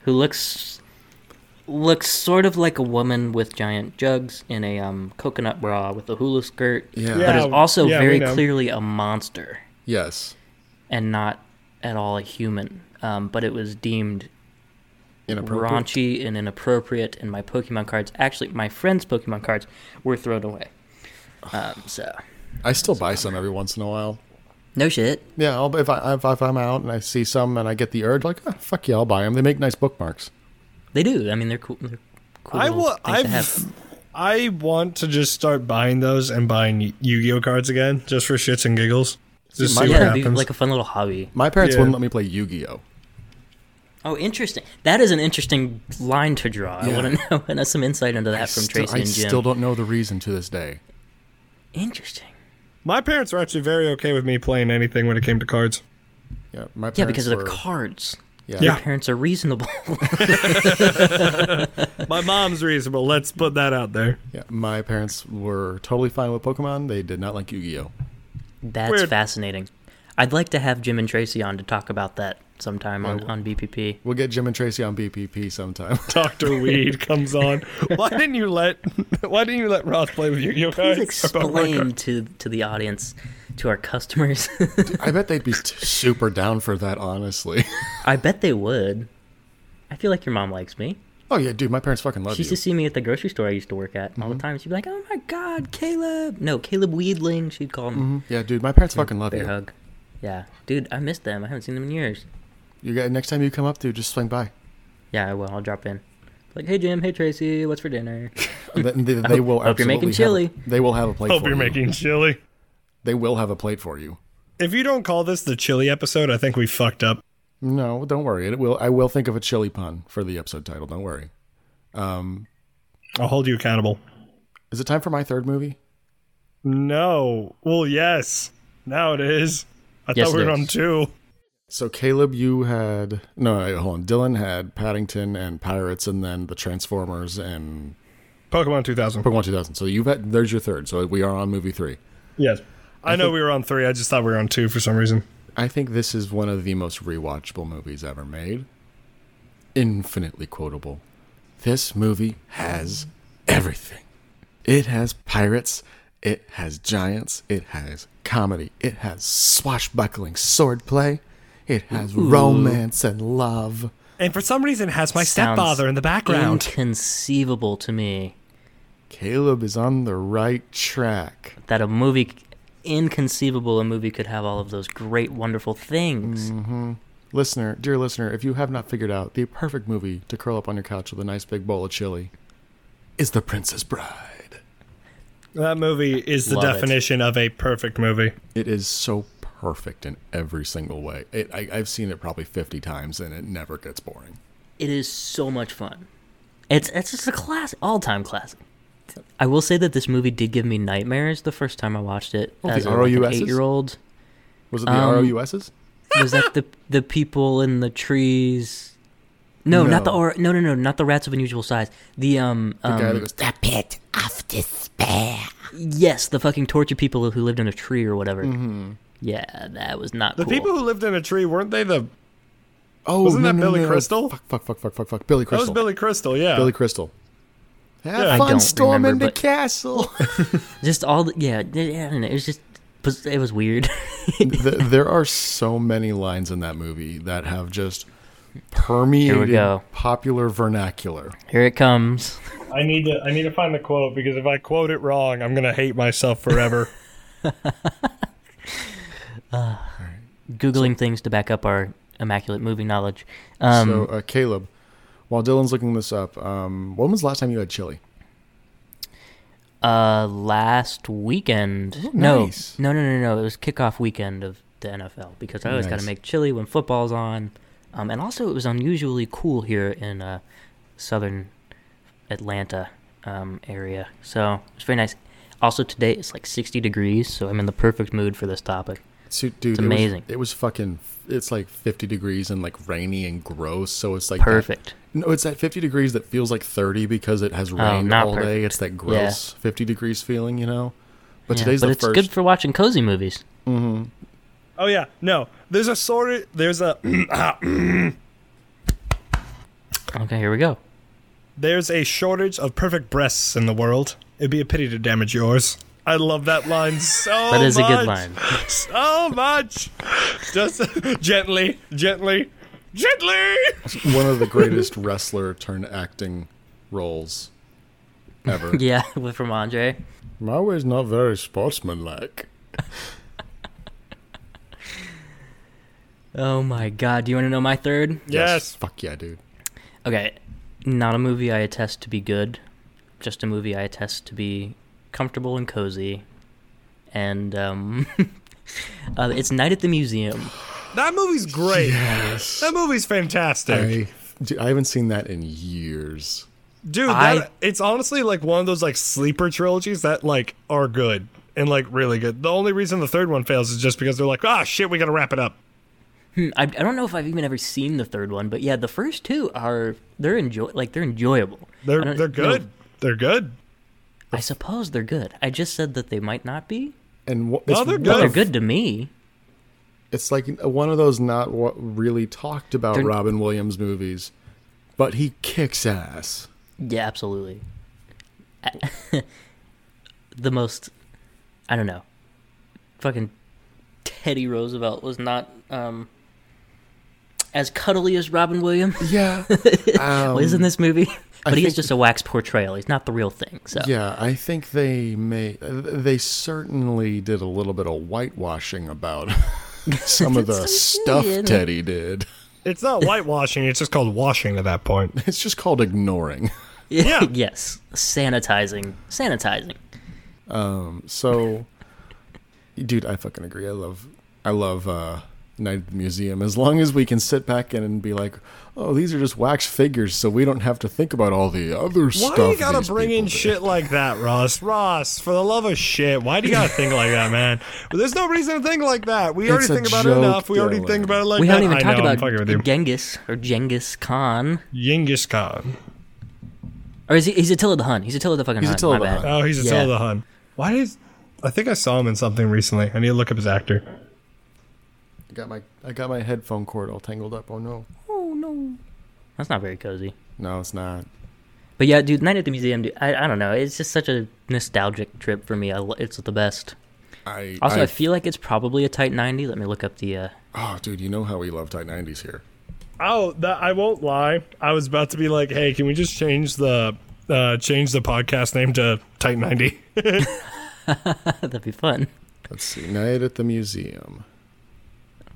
C: who looks looks sort of like a woman with giant jugs in a um, coconut bra with a hula skirt,
A: Yeah.
B: Yeah. Oh,
C: but is also
B: yeah, we
C: very
B: know.
C: clearly a monster
A: Yes.
C: and not at all a human. Um, but it was deemed
A: Inappropriate.
C: raunchy and inappropriate, and my Pokemon cards, actually my friend's Pokemon cards, were thrown away. Um, so
A: I still buy some every once in a while.
C: no shit.
A: Yeah, I'll, if I if, I- if I'm out and I see some and I get the urge, like ah, fuck yeah, I'll buy them. They make nice bookmarks.
C: They do. I mean, they're cool. They're cool
B: I
C: little
B: will.
C: things to
B: I've.
C: have.
B: I want to just start buying those and buying Yu-Gi-Oh cards again, just for shits and giggles. Just
A: See,
B: see
A: my-
B: what
C: Yeah, it'd be
B: happens.
C: like a fun little hobby.
A: My parents
B: Yeah.
A: wouldn't let me play Yu-Gi-Oh.
C: Oh, interesting. That is an interesting line to draw. I
A: Yeah.
C: want to know and have some insight into that from
A: Still-
C: Tracy
A: I
C: and Jim.
A: still don't know the reason to this day.
C: Interesting.
B: my parents were actually very okay with me playing anything when it came to cards.
A: Yeah, my parents
C: Yeah, because of
A: were-
C: the cards.
A: Yeah.
B: Yeah.
C: Parents are reasonable.
B: My mom's reasonable. Let's put that out there.
A: yeah, my parents were totally fine with Pokemon. They did not like Yu-Gi-Oh.
C: That's
B: Weird.
C: fascinating. I'd like to have Jim and Tracy on to talk about that sometime on,
A: Well,
C: on BPP.
A: We'll get Jim and Tracy on BPP sometime.
B: Doctor Weed comes on. Why didn't you let? Why didn't you let Roth play with Yu-Gi-Oh cards?
C: Please explain to, to the audience, to our customers.
A: I bet they'd be t- super down for that, honestly.
C: I bet they would. I feel like your mom likes me.
A: oh yeah, dude, my parents fucking love
C: She
A: you.
C: used to see me at the grocery store I used to work at all the time. She'd be like, "Oh my God, Caleb!" No, Caleb Weedling. She'd call him.
A: yeah, dude, my parents fucking love
C: Bear
A: you.
C: hug. Yeah, dude, I missed them. I haven't seen them in years.
A: You got next time you come up, dude, just swing by.
C: Yeah, I will. I'll drop in. Like, hey Jim, hey Tracy, what's for dinner?
A: They, they- they will.
C: hope you're making
A: absolutely have a- they will have a plate.
B: Hope
A: for
B: you're
A: you.
B: making chili.
A: They will have a plate for you.
B: If you don't call this the chili episode, I think we fucked up.
A: No, don't worry. It will. I will think of a chili pun for the episode title. Don't worry.
B: I'll hold you accountable.
A: Is it time for my third movie?
B: No. Well, yes. Now it is. I
C: Yes,
B: thought we
C: it
B: were
C: is.
B: on two.
A: So Caleb, you had no. wait, Hold on. Dylan had Paddington and Pirates, and then the Transformers and
B: Pokemon 2000.
A: Pokemon 2000. So you've had. There's your third. So we are on movie three.
B: Yes. I, know we were on three. I just thought we were on two for some reason.
A: I think this is one of the most rewatchable movies ever made. Infinitely quotable. This movie has everything. It has pirates, it has giants, it has comedy, it has swashbuckling swordplay, it has romance and love.
B: And for some reason, has my
C: Sounds
B: stepfather in the background.
C: Inconceivable to me
A: Caleb is on the right track.
C: that a movie, inconceivable, a movie could have all of those great, wonderful things.
A: Listener, dear listener, if you have not figured out the perfect movie to curl up on your couch with a nice big bowl of chili, is The Princess Bride.
B: that movie is the
C: Love it.
B: definition of a perfect movie.
A: It is so perfect in every single way. It, I, I've seen it probably 50 times and it never gets boring.
C: It is so much fun. It's it's just a classic, all time classic. I will say that this movie did give me nightmares the first time I watched it
A: Oh, the
C: as a, like, an
A: ROUSs?
C: eight year old.
A: Was it the
C: Um,
A: ROUSs?
C: was that the the people in the trees? No, not the
A: No.
C: or no no no not the rats of unusual size. The um,
A: The guy
C: um,
A: that goes, "Tap."
D: pit of despair.
C: yes the fucking torture people who lived in a
A: Mm-hmm.
C: tree or whatever. Yeah, that was not
B: The
C: cool.
B: people who lived in a tree, weren't they the
A: Oh,
B: Wasn't
A: no,
B: that
A: no,
B: Billy
A: no.
B: Crystal?
A: Fuck, fuck, fuck, fuck, fuck, fuck. Billy
B: That
A: Crystal.
B: was Billy Crystal, yeah.
A: Billy Crystal. Have
B: Yeah. I
C: don't
A: fun storming
C: remember,
A: the
C: but-
A: castle.
C: Just all the, yeah, yeah, I don't know. It was just pos- it was weird.
A: Th there are so many lines in that movie that have just permeated
C: go.
A: popular vernacular.
C: Here it comes.
B: I need to I need to find the quote because if I quote it wrong, I'm gonna hate myself forever.
C: Googling things to back up our immaculate movie knowledge. Um,
A: so, uh, Caleb, while Dylan's looking this up, um, when was the last time you had chili?
C: uh, last weekend. no,
A: nice.
C: no, no, no, no. It was kickoff weekend of the NFL because I always got
A: Nice.
C: to make chili when football's on, um, and also it was unusually cool here in uh, southern Atlanta um, area. So it was very nice. Also today it's like 60 degrees, so I'm in the perfect mood for this topic.
A: So, dude,
C: It's
A: it was-
C: amazing.
A: It was, fucking. It's like 50 degrees and like rainy and gross. So it's like that-
C: Perfect. Oh,
A: no, it's that 50 degrees that feels like 30 because it has rained
C: not
A: all day.
C: perfect.
A: It's that gross 50 degrees feeling, you know. But
C: Yeah,
A: today's
C: but
A: the
C: it's
A: first.
C: good for watching cozy movies.
B: oh yeah, no. There's a sort of there's a
C: Okay, here we go.
B: There's a shortage of perfect breasts in the world. It'd be a pity to damage yours. I love that line so much.
A: Oh
C: That is a good line.
B: So much. Just gently, gently, gently.
A: one of the greatest wrestler turned acting roles ever.
C: Yeah, with from Andre.
A: My way's not very sportsmanlike.
C: Oh my god, do you want to know my third?
B: Yes.
A: Fuck yeah, dude.
C: Okay, not a movie I attest to be good, just a movie I attest to be comfortable and cozy. And um uh, it's Night at the Museum.
B: That movie's great.
A: Yes.
B: That movie's fantastic.
A: I, dude, I haven't seen that in years.
B: Dude,
C: I-
B: that, it's honestly like one of those like sleeper trilogies that like are good and like really good. The only reason the third one fails is just because they're like, ah, shit, we gotta wrap it up.
C: I, I don't know if I've even ever seen the third one, but yeah, the first two are they're enjoy like they're enjoyable. I
B: They're
C: don't
B: they're
C: know-
B: good. They're good.
C: I suppose they're good. I just said that they might not be.
A: And what,
B: No,
A: it's,
B: they're
A: one
B: good.
C: They're
A: of-
C: good to me.
A: It's like one of those not what really talked about
C: They're-
A: Robin Williams movies, but he kicks ass.
C: Yeah, absolutely. the most, I don't know, fucking Teddy Roosevelt was not um, as cuddly as Robin Williams
A: Yeah. Um,
C: is in this movie,
A: I
C: but he is
A: think-
C: just a wax portrayal. He's not the real thing. So
A: Yeah, I think they may. They certainly did a little bit of whitewashing about some of the
C: That's so
A: stuff
C: silly, isn't it?
A: Teddy did.
B: It's not whitewashing, it's just called washing at that point.
A: It's just called ignoring.
B: Yeah.
C: yes, sanitizing, sanitizing.
A: So, dude, I fucking agree. I love, I love uh, Night at the Museum. As long as we can sit back in and be like, oh, these are just wax figures, so we don't have to think about all the other
B: Why
A: stuff.
B: do you gotta
A: these
B: bring
A: people
B: in
A: do.
B: shit like that, Ross? Ross, for the love of shit, why do you gotta think like that, man? Well, there's no reason to think like that. We already
A: a
B: think about it
A: joke,
B: enough. We already
A: Dylan.
B: think about it like
C: We
B: that.
C: haven't even
B: I
C: talked
B: know, I'm
C: about
B: fucking with you.
C: Genghis or Genghis Khan,
B: Genghis Khan.
C: or is he? He's Attila the Hun. He's Attila the fucking
A: He's
C: Hun.
A: Attila
C: my
A: the
C: bad.
A: Hun.
B: Oh, he's Attila
C: Yeah.
B: the Hun. Why did I think I saw him in something recently? I need to look up his actor.
A: I got my, I got my headphone cord all tangled up. Oh no,
C: That's not very cozy.
A: no, it's not.
C: But yeah, dude, Night at the Museum, dude, I, I don't know. It's just such a nostalgic trip for me. I, lo- it's the best.
A: I
C: Also, I,
A: I,
C: feel like it's probably a tight 90. Let me look up the. Uh,
A: oh, dude, you know how we love tight nineties here.
B: Oh, that, I won't lie. I was about to be like, "Hey, can we just change the uh, change the podcast name to Tight 90?"
C: that'd be fun.
A: Let's see, Night at the Museum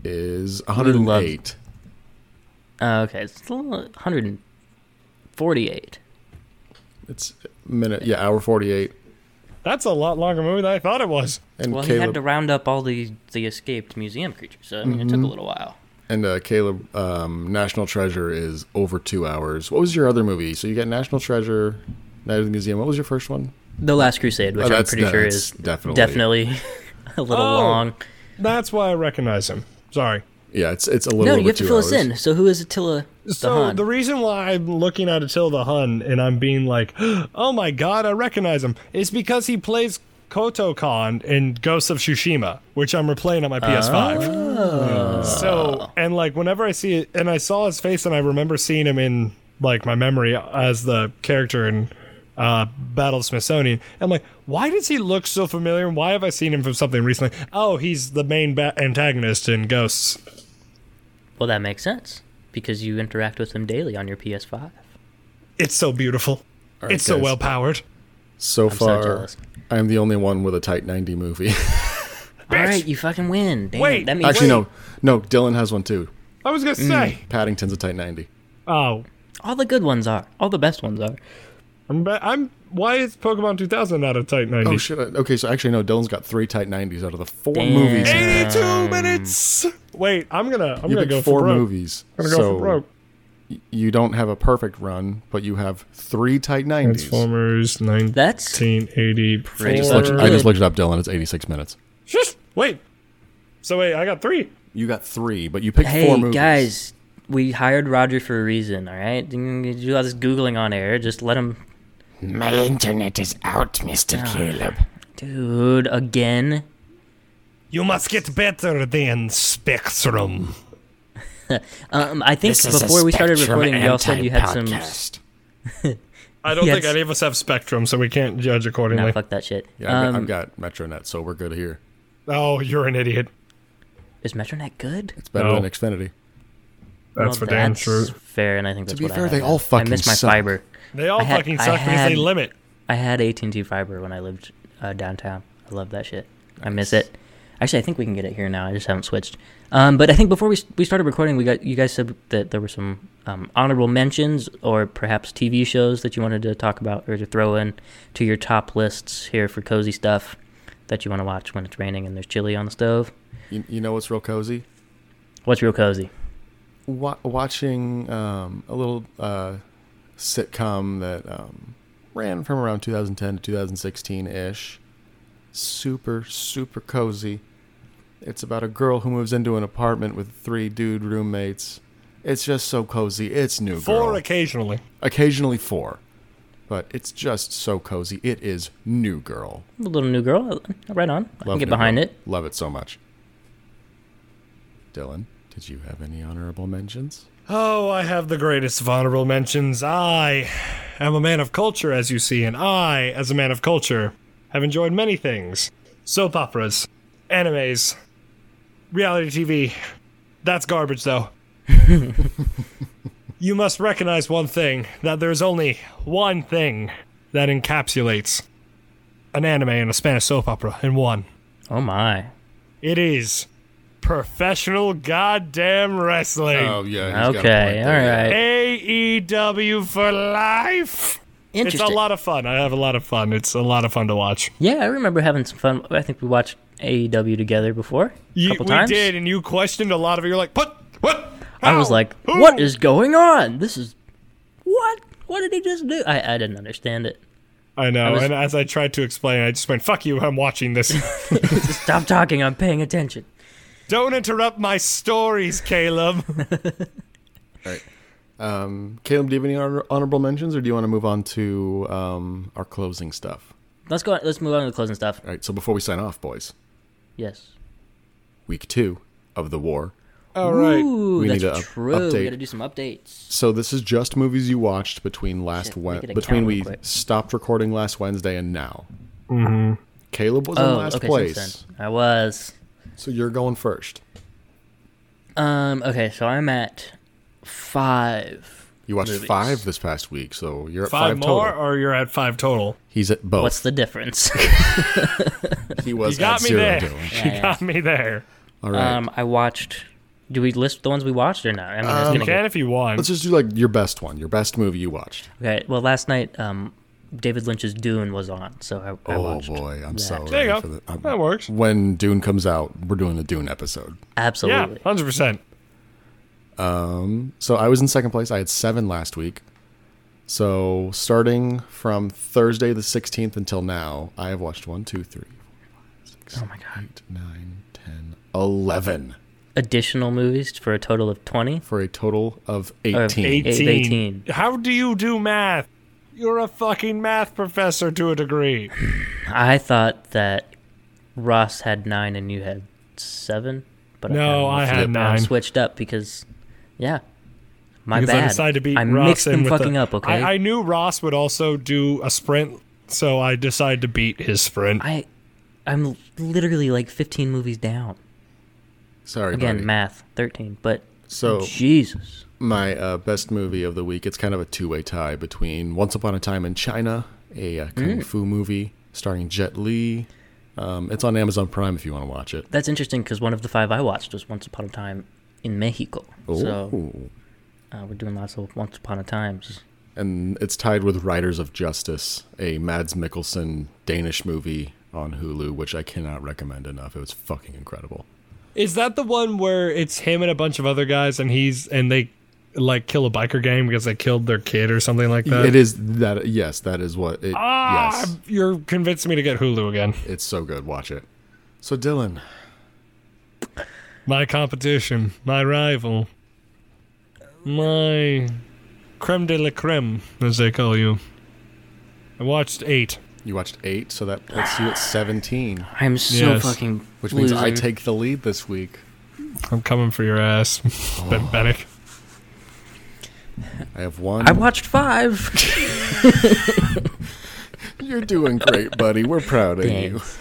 A: is one
C: love-
A: hundred and eight.
C: Uh, okay, it's a little- 148.
A: It's minute, yeah, hour forty eight.
B: That's a lot longer movie than I thought it was.
A: And
C: Well, he
A: Caleb,
C: had to round up all the, the escaped museum creatures, so I mean,
A: Mm-hmm.
C: it took a little while.
A: And uh, Caleb, um, National Treasure is over two hours. What was your other movie? So you got National Treasure, Night of the Museum. What was your first one?
C: The Last Crusade, which
A: Oh,
C: I'm
A: that's-
C: pretty sure
A: that's
C: is
A: definitely-
C: definitely a little
B: Oh.
C: long.
B: That's why I recognize him. Sorry.
A: Yeah, it's it's a little.
C: No,
A: over
C: you have to
A: two
C: fill
A: hours.
C: us in. So, who is Attila the
B: So
C: Hun?
B: the reason why I'm looking at Attila the Hun and I'm being like, "Oh my god, I recognize him," is because he plays Kotokan and Ghost of Tsushima, which I'm replaying on my PS5.
A: Ah.
B: So, and like whenever I see it, and I saw his face, and I remember seeing him in like my memory as the character in uh, Battle of Smithsonian. I'm like, why does he look so familiar? And why have I seen him from something recently? Oh, he's the main ba- antagonist in Ghosts.
C: Well, that makes sense because you interact with them daily on your PS5.
B: It's so beautiful.
A: All right,
B: it's so
A: guys.
B: well powered.
A: So
C: so
A: far,
C: jealous.
A: I'm the only one with a tight 90 movie.
C: All right, you fucking win. Damn,
B: Wait.
C: that means
A: Actually, no, no. Dylan has one too.
B: I was gonna say.
A: Paddington's a tight 90.
B: Mm. Oh,
C: all the good ones are. All the best ones are.
B: I'm. Ba- I'm. Why is Pokemon 2000 not a tight 90?
A: Oh shit! Okay, so actually, no. Dylan's got three tight 90s out of the four
C: Damn.
A: movies.
C: Hey,
B: 82 minutes. Wait, I'm gonna. I'm
A: You
B: gonna
A: picked
B: go
A: four
B: for broke.
A: movies,
B: I'm gonna go
A: so
B: for broke.
A: you don't have a perfect run, but you have three tight 90s.
B: Transformers 1984.
C: That's
A: I just,
C: Four.
A: looked, I just looked it up, Dylan. It's 86 minutes.
B: Shush. Wait. So wait, I got three.
A: You got three, but you picked
C: hey
A: four movies.
C: guys, we hired Roger for a reason. All right, you do all this googling on air. Just let him,
D: My internet is out, Mr.
C: Ah.
D: Caleb.
C: dude. Again,
B: You must get better than Spectrum.
C: um, I think
D: This is a
C: before we started
D: Spectrum
C: recording, y'all said you had some.
D: anti-podcast.
B: I don't
C: Yes.
B: think any of us have Spectrum, so we can't judge
C: Nah,
B: accordingly.
C: fuck that shit.
A: Yeah, I've,
C: um,
A: got, I've got MetroNet, so we're good here.
B: oh, you're an idiot.
C: is Metronet good?
A: It's better
B: No.
A: than Xfinity.
B: That's
C: well,
B: for damn
C: that's
B: sure.
C: Fair, and I think that's
A: be
C: what I
A: fair, they
C: had.
A: all
C: I
A: fucking
C: missed my
A: suck.
C: fiber.
B: They all
C: I had-
B: fucking
C: I
B: suck because they
C: had-
B: limit.
C: I had AT and T fiber when I lived uh, downtown. I love that shit. I miss it. Actually, I think we can get it here now. I just haven't switched. Um, but I think before we s- we started recording, we got you guys said that there were some um, honorable mentions or perhaps TV shows that you wanted to talk about or to throw in to your top lists here for cozy stuff that you want to watch when it's raining and there's chili on the stove.
A: You, you know what's real cozy?
C: What's real cozy?
A: Wa- watching um, a little uh, sitcom that um, ran from around 2010 to 2016 ish. Super, super cozy. It's about a girl who moves into an apartment with three dude roommates. It's just so cozy. It's new
B: Four
A: girl.
B: occasionally.
A: Occasionally four, but it's just so cozy. It is new girl.
C: A little new girl, uh, right on. I can
A: Love
C: get
A: New
C: behind
A: Girl.
C: it.
A: Love it so much. Dylan, did you have any honorable mentions?
B: Oh, I have the greatest of honorable mentions. I am a man of culture, as you see, and I, as a man of culture, have enjoyed many things soap operas, animes, reality TV. That's garbage, though. you must recognize one thing that there's only one thing that encapsulates an anime and a Spanish soap opera in one.
C: Oh my!
B: It is professional goddamn wrestling.
A: Oh, yeah.
C: Okay, all right.
B: AEW E for life. It's
C: Interesting.
B: a lot of fun. I have a lot of fun. It's a lot of fun to watch.
C: Yeah, I remember having some fun. I think we watched AEW together before.
B: You,
C: a couple
B: we
C: times.
B: did, and you questioned a lot of it. You're like, what? What?
C: I was
B: How?
C: like,
B: Who?"
C: "What is going on? This is what? What did he just do?" I, I didn't understand it.
B: I know.
C: was-
B: and as I tried to explain, I just went, "Fuck you! I'm watching this.
C: Stop talking. I'm paying attention.
B: Don't interrupt my stories, Caleb."
A: Caleb, do you have any honor- honorable mentions, or do you want to move on to um, our closing stuff?
C: Let's go. Let's move on to the closing stuff.
A: All right. So before we sign off, boys,
C: Yes.
A: week two of the war.
B: All right.
C: Ooh,
A: We
C: that's
A: need to up-
C: true.
A: update.
C: We gotta do some updates.
A: So this is just movies you watched between last
C: Shit,
A: Wed
C: make it a
A: between
C: count
A: we
C: real quick.
A: stopped recording last Wednesday and now. Mm-hmm. Caleb was in
C: Oh,
A: last
C: okay.
A: place,
C: Since then. I was.
A: so you're going first.
C: Um. Okay. So I'm at five.
A: You watched
C: Movies.
A: five this past week, so you're at
B: Five,
A: five,
B: more,
A: total.
B: or you're at five total.
A: He's at both.
C: What's the difference?
A: he was
B: You got
A: at
B: me
A: zero.
B: there.
A: Dylan.
B: you got me there.
A: All right.
C: um. I watched. Do we list the ones we watched or not? I mean, that's
B: You
C: gonna get-
B: can if you want.
A: Let's just do like your best one, your best movie you watched.
C: Okay. Well, last night, um, David Lynch's Dune was on, so I, I
A: oh
C: watched.
A: boy, I'm so
B: There you
A: ready
B: go.
A: for the- I'm-
B: that works.
A: When Dune comes out, we're doing the Dune episode.
B: Yeah,
C: Absolutely.
B: hundred percent.
A: So I was in second place. I had seven last week. So starting from Thursday the 16th until now, I have watched one, two, three,
C: Oh my god.
A: eight, nine, 10, 11
C: Additional movies for a total of 20.
A: for a total of
C: Of
A: 18.
C: eight. 18.
B: How do you do math? You're a fucking math professor to a degree.
C: I thought that Ross had nine and you had seven, but
B: No,
C: I,
B: I had
C: flipped-
B: nine.
C: switched up because, yeah, my
B: because
C: bad.
B: I decided to beat
C: I
B: Ross
C: mixed
B: in
C: them
B: with the-
C: fucking up. Okay,
B: I, I knew Ross would also do a sprint, so I decided to beat his sprint.
C: I, I'm literally like 15 movies down.
A: Sorry,
C: Again,
A: buddy.
C: math 13, but
A: So
C: Jesus.
A: my uh, best movie of the week. It's kind of a two-way tie between Once Upon a Time in China, a uh,
B: Mm.
A: kung fu movie starring Jet Li. Um, it's on Amazon Prime if you want to watch it.
C: That's interesting because one of the five I watched was Once Upon a Time in Mexico. So
A: Ooh.
C: uh, we're doing lots of Once Upon a Times.
A: and it's tied with Riders of Justice, a Mads Mikkelsen Danish movie on Hulu, which I cannot recommend enough. It was fucking incredible.
B: Is that the one where it's him and a bunch of other guys, and he's and they like kill a biker gang because they killed their kid or something like that?
A: it is that yes, that is what it
B: Ah,
A: yes.
B: you're convincing me to get Hulu again.
A: It's so good. Watch it. So Dylan,
B: My competition, my rival, my creme de la creme, as they call you. I watched eight.
A: you watched eight, so that puts you at seventeen,
C: I'm so
B: Yes.
C: fucking.
A: which means I
C: loser.
A: take the lead this week.
B: I'm coming for your ass, Ben Bennick.
A: I have one.
C: I watched five.
A: You're doing great, buddy. We're proud of you.
C: Thanks.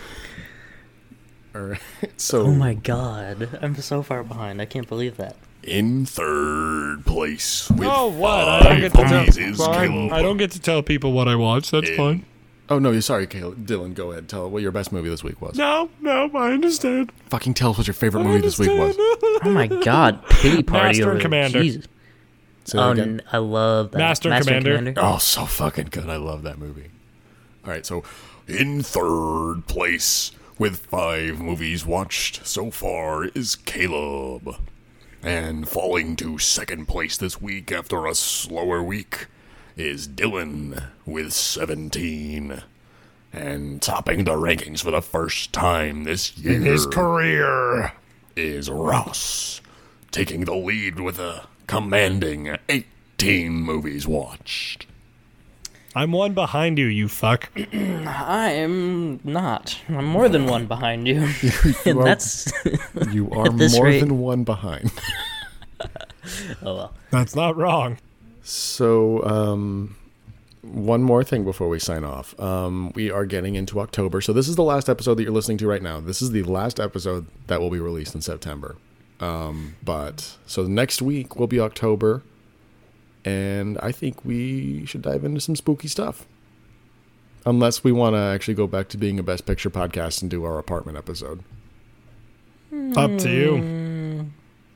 A: All right. So
C: Oh my god. I'm so far behind. I can't believe that.
A: in third place with
B: Oh what? I don't get to
A: five
B: tell.
A: is
B: Fine.
A: Caleb.
B: I don't get to tell people what I watch. That's fine.
A: Oh no, you're sorry, Caleb. Dylan. Go ahead. Tell what your best movie this week was.
B: No, no, I understand.
A: Fucking tell us what your favorite
B: I
A: movie this week was.
B: understand.
C: Oh my god. Pity party
B: Master and
C: over there.
B: Commander.
C: Jesus.
A: Say that
C: Oh,
A: again.
C: n- I love that.
B: Master and Commander.
A: Oh, so fucking good. I love that movie. All right, so in third place with five movies watched so far is Caleb. And falling to second place this week after a slower week is Dylan with 17. And topping the rankings for the first time this year.
B: His career.
A: is Ross, taking the lead with a commanding 18 movies watched.
B: I'm one behind you, you fuck.
C: I'm not. I'm more than one behind you. and
A: are-
C: that's.
A: You are
C: this
A: more
C: rate.
A: than one behind.
C: oh well.
B: That's not wrong.
A: So, um, one more thing before we sign off. Um, we are getting into October. So, this is the last episode that you're listening to right now. This is the last episode that will be released in September. Um, but so next week will be October. And I think we should dive into some spooky stuff. Unless we want to actually go back to being a best picture podcast and do our apartment episode.
B: Up to you.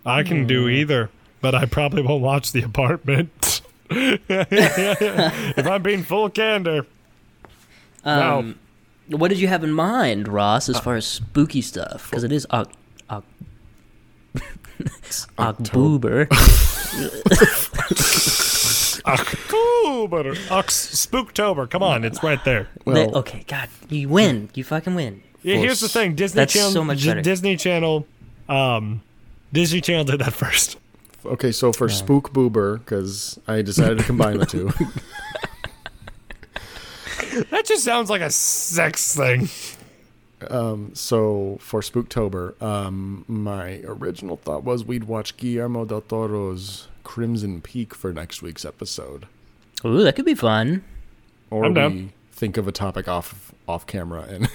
B: I can do either, but I probably won't watch The Apartment. if I'm being full candor.
C: Um, What did you have in mind, Ross,
A: Uh,
C: as far as spooky stuff? Because it is Oc- Oc- October.
B: October. Ox- Spooktober. Come on, it's right there.
C: They-
A: Well-
C: okay, God, you win. You fucking win.
B: Yeah,
A: Well,
B: here's the thing. Disney
C: that's
B: Channel.
C: so much
B: J-
C: better.
B: Disney Channel. Um, Disney Channel did that first.
A: Okay, so for Spook Boober, because I decided to combine the two.
B: That just sounds like a sex thing.
A: so for Spooktober, um, my original thought was we'd watch Guillermo del Toro's Crimson Peak for next week's episode,
C: Ooh, that could be fun.
A: or
B: I'm
A: we
B: down.
A: think of a topic off off camera and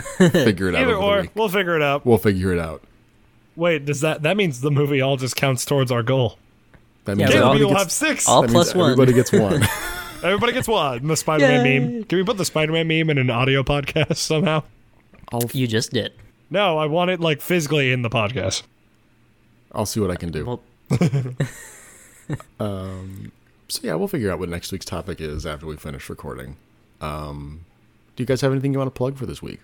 A: figure it out.
B: Either
A: over the
B: or,
A: week.
B: we'll figure it out.
A: we'll figure it out.
B: Wait, does that that means the movie all just counts towards our goal?
A: That
C: Yeah,
A: means
C: we
B: Yeah,
C: all
A: everybody
B: we'll
A: gets,
B: have six.
C: All
A: that means
C: plus one.
A: everybody gets one.
B: Everybody gets one. The Spider-Man
C: Yay.
B: meme. Can we put the Spider-Man meme in an audio podcast somehow?
A: I'll
C: You just did.
B: No, I want it like physically in the podcast.
A: I'll see what I can do.
C: Well-
A: so yeah, we'll figure out what next week's topic is after we finish recording. Um, do you guys have anything you want to plug for this week?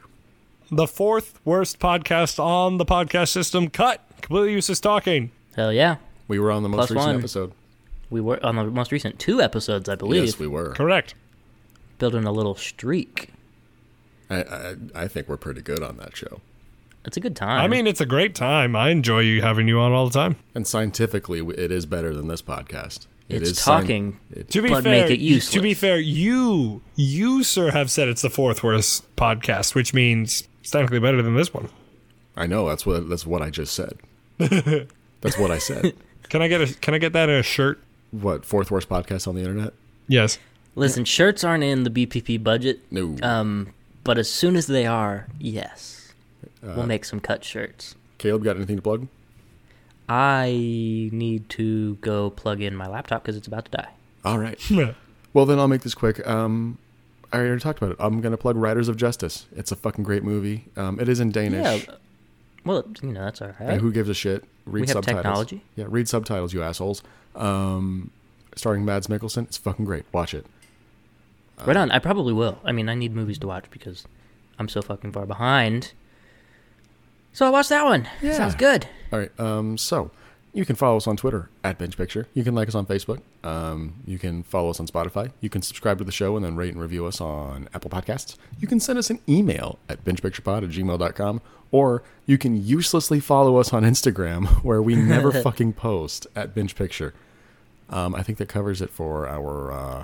B: The fourth worst podcast on the podcast system. Cut. Completely useless talking.
C: Hell yeah.
A: We were on the most
C: Plus
A: recent
C: one.
A: episode.
C: We were on the most recent two episodes, I believe,
A: Yes, we were.
B: Correct.
C: building a little streak.
A: I, I I think we're pretty good on that show.
C: It's a good time.
B: I mean, it's a great time. I enjoy you having you on all the time.
A: And scientifically, w- it is better than this podcast. It
C: it's
A: is sign-
C: talking,
A: it-
B: To be
C: But
B: fair,
C: make it
B: you- to be
C: useless.
B: fair, you you sir have said it's the fourth worst podcast, which means it's technically better than this one.
A: I know that's what that's what I just said. that's what I said.
B: Can I get a can I get that in a shirt?
A: What fourth worst podcast on the internet?
B: Yes.
C: Listen, shirts aren't in the BPP budget,
A: No.
C: um, but as soon as they are, yes,
A: Uh,
C: we'll make some cut shirts.
A: Caleb, got anything to plug?
C: I need to go plug in my laptop because it's about to die.
A: All right.
B: Yeah.
A: Well, then I'll make this quick. Um, I already talked about it. I'm gonna plug Riders of Justice. It's a fucking great movie. Um, it is in Danish.
C: Yeah. Well, you know that's all
A: And
C: right.
A: who gives a shit? Read
C: We have
A: subtitles.
C: technology.
A: Yeah, read subtitles, you assholes. Um, starring Mads Mikkelsen. It's fucking great. Watch it.
C: right on. I probably will. I mean, I need movies to watch because I'm so fucking far behind. So I watched that one. Sounds
A: Yeah.
C: good.
A: All right. Um, so you can follow us on Twitter at Bench Picture. You can like us on Facebook. Um, you can follow us on Spotify. You can subscribe to the show and then rate and review us on Apple Podcasts. You can send us an email at benchpicturepod at gmail.com. Or you can uselessly follow us on Instagram where we never fucking post at Bench Picture. Um, I think that covers it for our uh,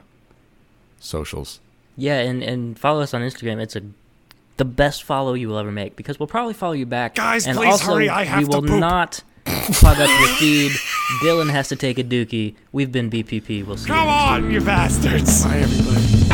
A: socials.
C: Yeah, and and follow us on Instagram. It's a the best follow you will ever make because we'll probably follow you back.
B: Guys,
C: and
B: please
C: also,
B: hurry, I
C: we
B: have to
C: will
B: poop.
C: not plug up your feed. Dylan has to take a dookie. We've been BPP. We'll see. you
B: Come on, you bastards.
A: Bye, everybody.